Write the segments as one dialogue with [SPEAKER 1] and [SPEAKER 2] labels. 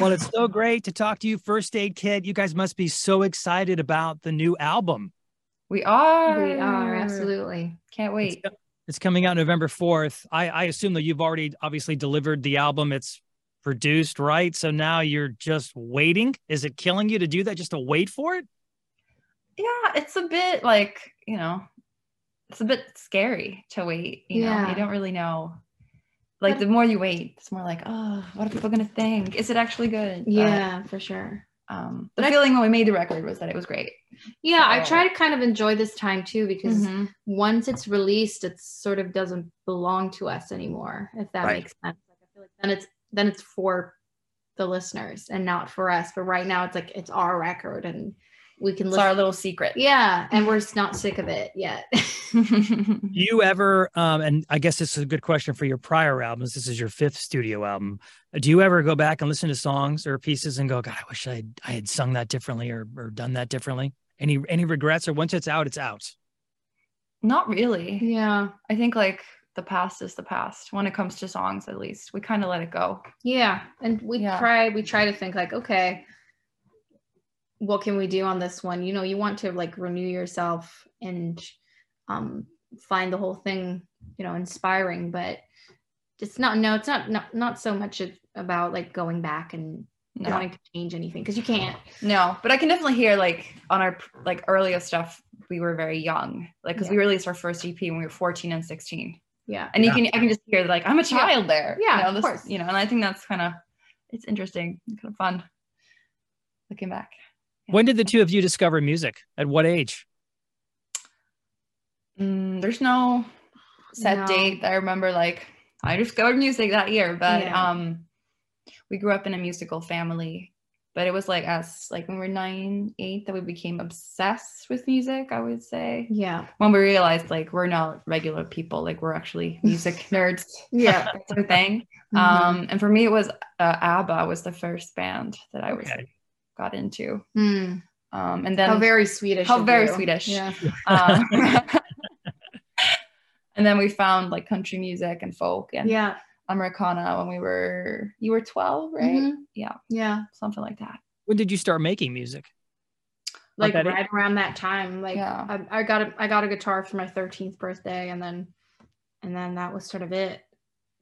[SPEAKER 1] Well, it's so great to talk to you, First Aid Kid. You guys must be so excited about the new album.
[SPEAKER 2] We are.
[SPEAKER 3] We are absolutely. Can't wait.
[SPEAKER 1] It's, it's coming out November 4th. I, I assume that you've already obviously delivered the album. It's produced, right? So now you're just waiting. Is it killing you to do that just to wait for it?
[SPEAKER 2] Yeah, it's a bit like, you know, it's a bit scary to wait. You know,
[SPEAKER 3] Yeah.
[SPEAKER 2] you don't really know. Like the more you wait, it's more like, oh, what are people gonna think? Is it actually good? But,
[SPEAKER 3] Yeah, for sure.
[SPEAKER 2] um, the feeling when we made the record was that it was great.
[SPEAKER 3] Yeah, I
[SPEAKER 2] So-
[SPEAKER 3] try to kind of enjoy this time too because
[SPEAKER 2] Mhm.
[SPEAKER 3] once it's released, it sort of doesn't belong to us anymore. If that
[SPEAKER 2] Right.
[SPEAKER 3] makes sense, like, I feel like then it's then it's for the listeners and not for us. But right now, it's like it's our record and we can
[SPEAKER 2] It's
[SPEAKER 3] listen.
[SPEAKER 2] our little secret.
[SPEAKER 3] yeah, and we're just not sick of it yet.
[SPEAKER 1] Do you ever, um, and I guess this is a good question for your prior albums. This is your fifth studio album. Do you ever go back and listen to songs or pieces and go, God, I wish I had, I had sung that differently or, or done that differently? Any any regrets or once it's out, it's out.
[SPEAKER 2] Not really.
[SPEAKER 3] yeah,
[SPEAKER 2] I think like the past is the past when it comes to songs, at least. We kind of let it go.
[SPEAKER 3] yeah, and we
[SPEAKER 2] Yeah.
[SPEAKER 3] try we try to think like, okay, what can we do on this one? You know, you want to like renew yourself and um, find the whole thing, you know, inspiring. But it's not no, it's not not not so much it- about like going back and
[SPEAKER 2] No.
[SPEAKER 3] wanting to change anything because you can't.
[SPEAKER 2] No, but I can definitely hear like on our like earlier stuff, we were very young. Like because we released our first EP when we were 14 and 16.
[SPEAKER 3] Yeah,
[SPEAKER 2] And you
[SPEAKER 1] Yeah.
[SPEAKER 2] can I can just hear like I'm a child there.
[SPEAKER 3] Yeah,
[SPEAKER 2] You know,
[SPEAKER 3] of
[SPEAKER 2] this-
[SPEAKER 3] course.
[SPEAKER 2] You know, and I think that's kind of it's interesting, kind of fun looking back.
[SPEAKER 1] When did the two of you discover music? At what age?
[SPEAKER 2] Mm, there's no set
[SPEAKER 3] No.
[SPEAKER 2] date. I remember like I discovered music that year, but
[SPEAKER 3] Yeah.
[SPEAKER 2] um we grew up in a musical family. But it was like us, like when we were nine, eight, that we became obsessed with music, I would say.
[SPEAKER 3] yeah,
[SPEAKER 2] When we realized like we're not regular people, like we're actually music nerds.
[SPEAKER 3] yeah.
[SPEAKER 2] That's our thing.
[SPEAKER 3] um,
[SPEAKER 2] Um and for me it was uh, ABBA was the first band that I was
[SPEAKER 1] Okay.
[SPEAKER 2] got into.
[SPEAKER 3] mm,
[SPEAKER 2] Um and then
[SPEAKER 3] how very Swedish.
[SPEAKER 2] how
[SPEAKER 3] of
[SPEAKER 2] very
[SPEAKER 3] you.
[SPEAKER 2] Swedish.
[SPEAKER 3] Yeah,
[SPEAKER 2] um, and then we found like country music and folk and
[SPEAKER 3] yeah,
[SPEAKER 2] Americana when we were you were 12, right?
[SPEAKER 3] Mhm.
[SPEAKER 2] Yeah,
[SPEAKER 3] yeah.
[SPEAKER 2] something like that.
[SPEAKER 1] When did you start making music?
[SPEAKER 3] Like
[SPEAKER 1] that it-
[SPEAKER 3] right around that time, like
[SPEAKER 2] Yeah.
[SPEAKER 3] I, I got a I got a guitar for my thirteenth birthday, and then and then that was sort of it.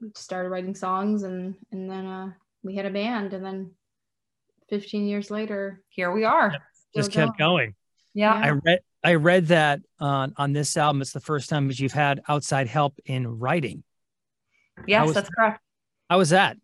[SPEAKER 3] We started writing songs, and and then uh, we had a band, and then fifteen years later,
[SPEAKER 2] Here we are.
[SPEAKER 1] Just
[SPEAKER 3] still
[SPEAKER 1] kept going.
[SPEAKER 2] Yeah.
[SPEAKER 1] I read I read that on on this album. It's the first time that you've had outside help in writing.
[SPEAKER 2] Yes,
[SPEAKER 1] was-
[SPEAKER 2] that's correct.
[SPEAKER 1] How was that?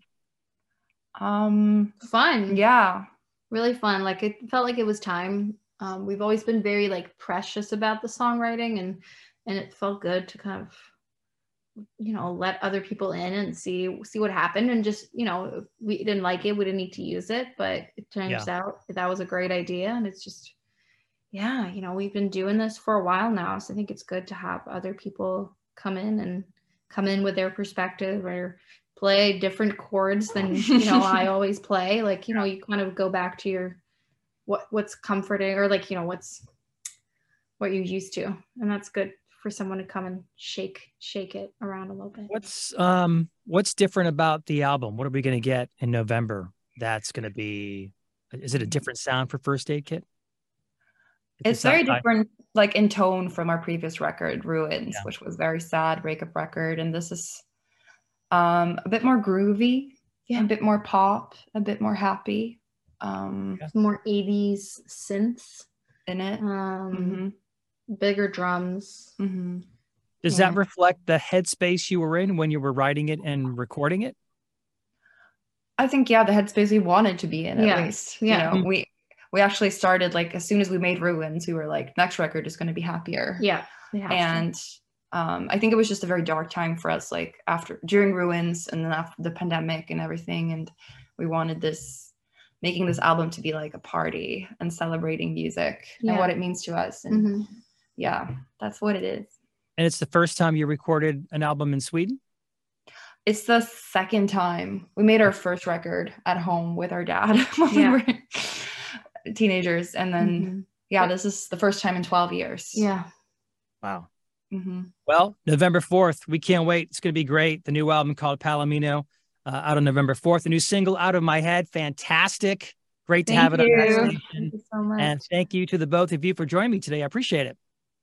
[SPEAKER 2] Um
[SPEAKER 3] Fun,
[SPEAKER 2] yeah.
[SPEAKER 3] really fun. Like it felt like it was time. Um, we've always been very like precious about the songwriting, and and it felt good to kind of you know let other people in and see see what happened and just you know if we didn't like it we didn't need to use it but it turns out that, that was a great idea and it's just yeah you know we've been doing this for a while now so i think it's good to have other people come in and come in with their perspective or play different chords than you know i always play like you know you kind of go back to your what what's comforting or like you know what's what you're used to and that's good for someone to come and shake shake it around a little bit
[SPEAKER 1] What's um what's different about the album? What are we going to get in November? That's going to be is it a different sound for First Aid Kit? Does
[SPEAKER 2] It's
[SPEAKER 1] it sound-
[SPEAKER 2] very
[SPEAKER 1] I-
[SPEAKER 2] different, like in tone from our previous record, Ruins,
[SPEAKER 1] Yeah.
[SPEAKER 2] which was very sad breakup record. And this is um a bit more groovy, yeah, a bit more pop, a bit more happy um
[SPEAKER 1] Yeah.
[SPEAKER 3] more 80s synths
[SPEAKER 2] in it. Mm-hmm.
[SPEAKER 3] um bigger drums
[SPEAKER 2] hmm hmm
[SPEAKER 1] Does that
[SPEAKER 2] yeah.
[SPEAKER 1] reflect the headspace you were in when you were writing it and recording it?
[SPEAKER 2] I think yeah, the headspace we wanted to be in at
[SPEAKER 3] Yeah.
[SPEAKER 2] least.
[SPEAKER 3] Yeah.
[SPEAKER 2] You know, we we actually started like as soon as we made ruins, we were like, next record is gonna be happier.
[SPEAKER 3] yeah it has to.
[SPEAKER 2] And um, I think it was just a very dark time for us, like after during ruins and then after the pandemic and everything. And we wanted this making this album to be like a party and celebrating music
[SPEAKER 3] Yeah.
[SPEAKER 2] and what it means to us and
[SPEAKER 3] Mhm.
[SPEAKER 2] yeah that's what it is
[SPEAKER 1] And it's the first time you recorded an album in Sweden.
[SPEAKER 2] it's the second time we made our first record at home with our dad when
[SPEAKER 3] Yeah.
[SPEAKER 2] we were teenagers and then
[SPEAKER 3] Mhm.
[SPEAKER 2] yeah this is the first time in 12 years
[SPEAKER 3] yeah
[SPEAKER 1] Wow.
[SPEAKER 2] hmm
[SPEAKER 1] Well, November 4th, we can't wait. It's going to be great. The new album called Palomino uh, out on November 4th. The new single, Out of My Head, fantastic. Great to
[SPEAKER 2] Thank
[SPEAKER 1] have it on
[SPEAKER 2] you.
[SPEAKER 1] that
[SPEAKER 3] thank
[SPEAKER 1] station.
[SPEAKER 3] you so much
[SPEAKER 1] And thank you to the both of you for joining me today. I appreciate it.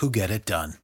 [SPEAKER 4] who get it done.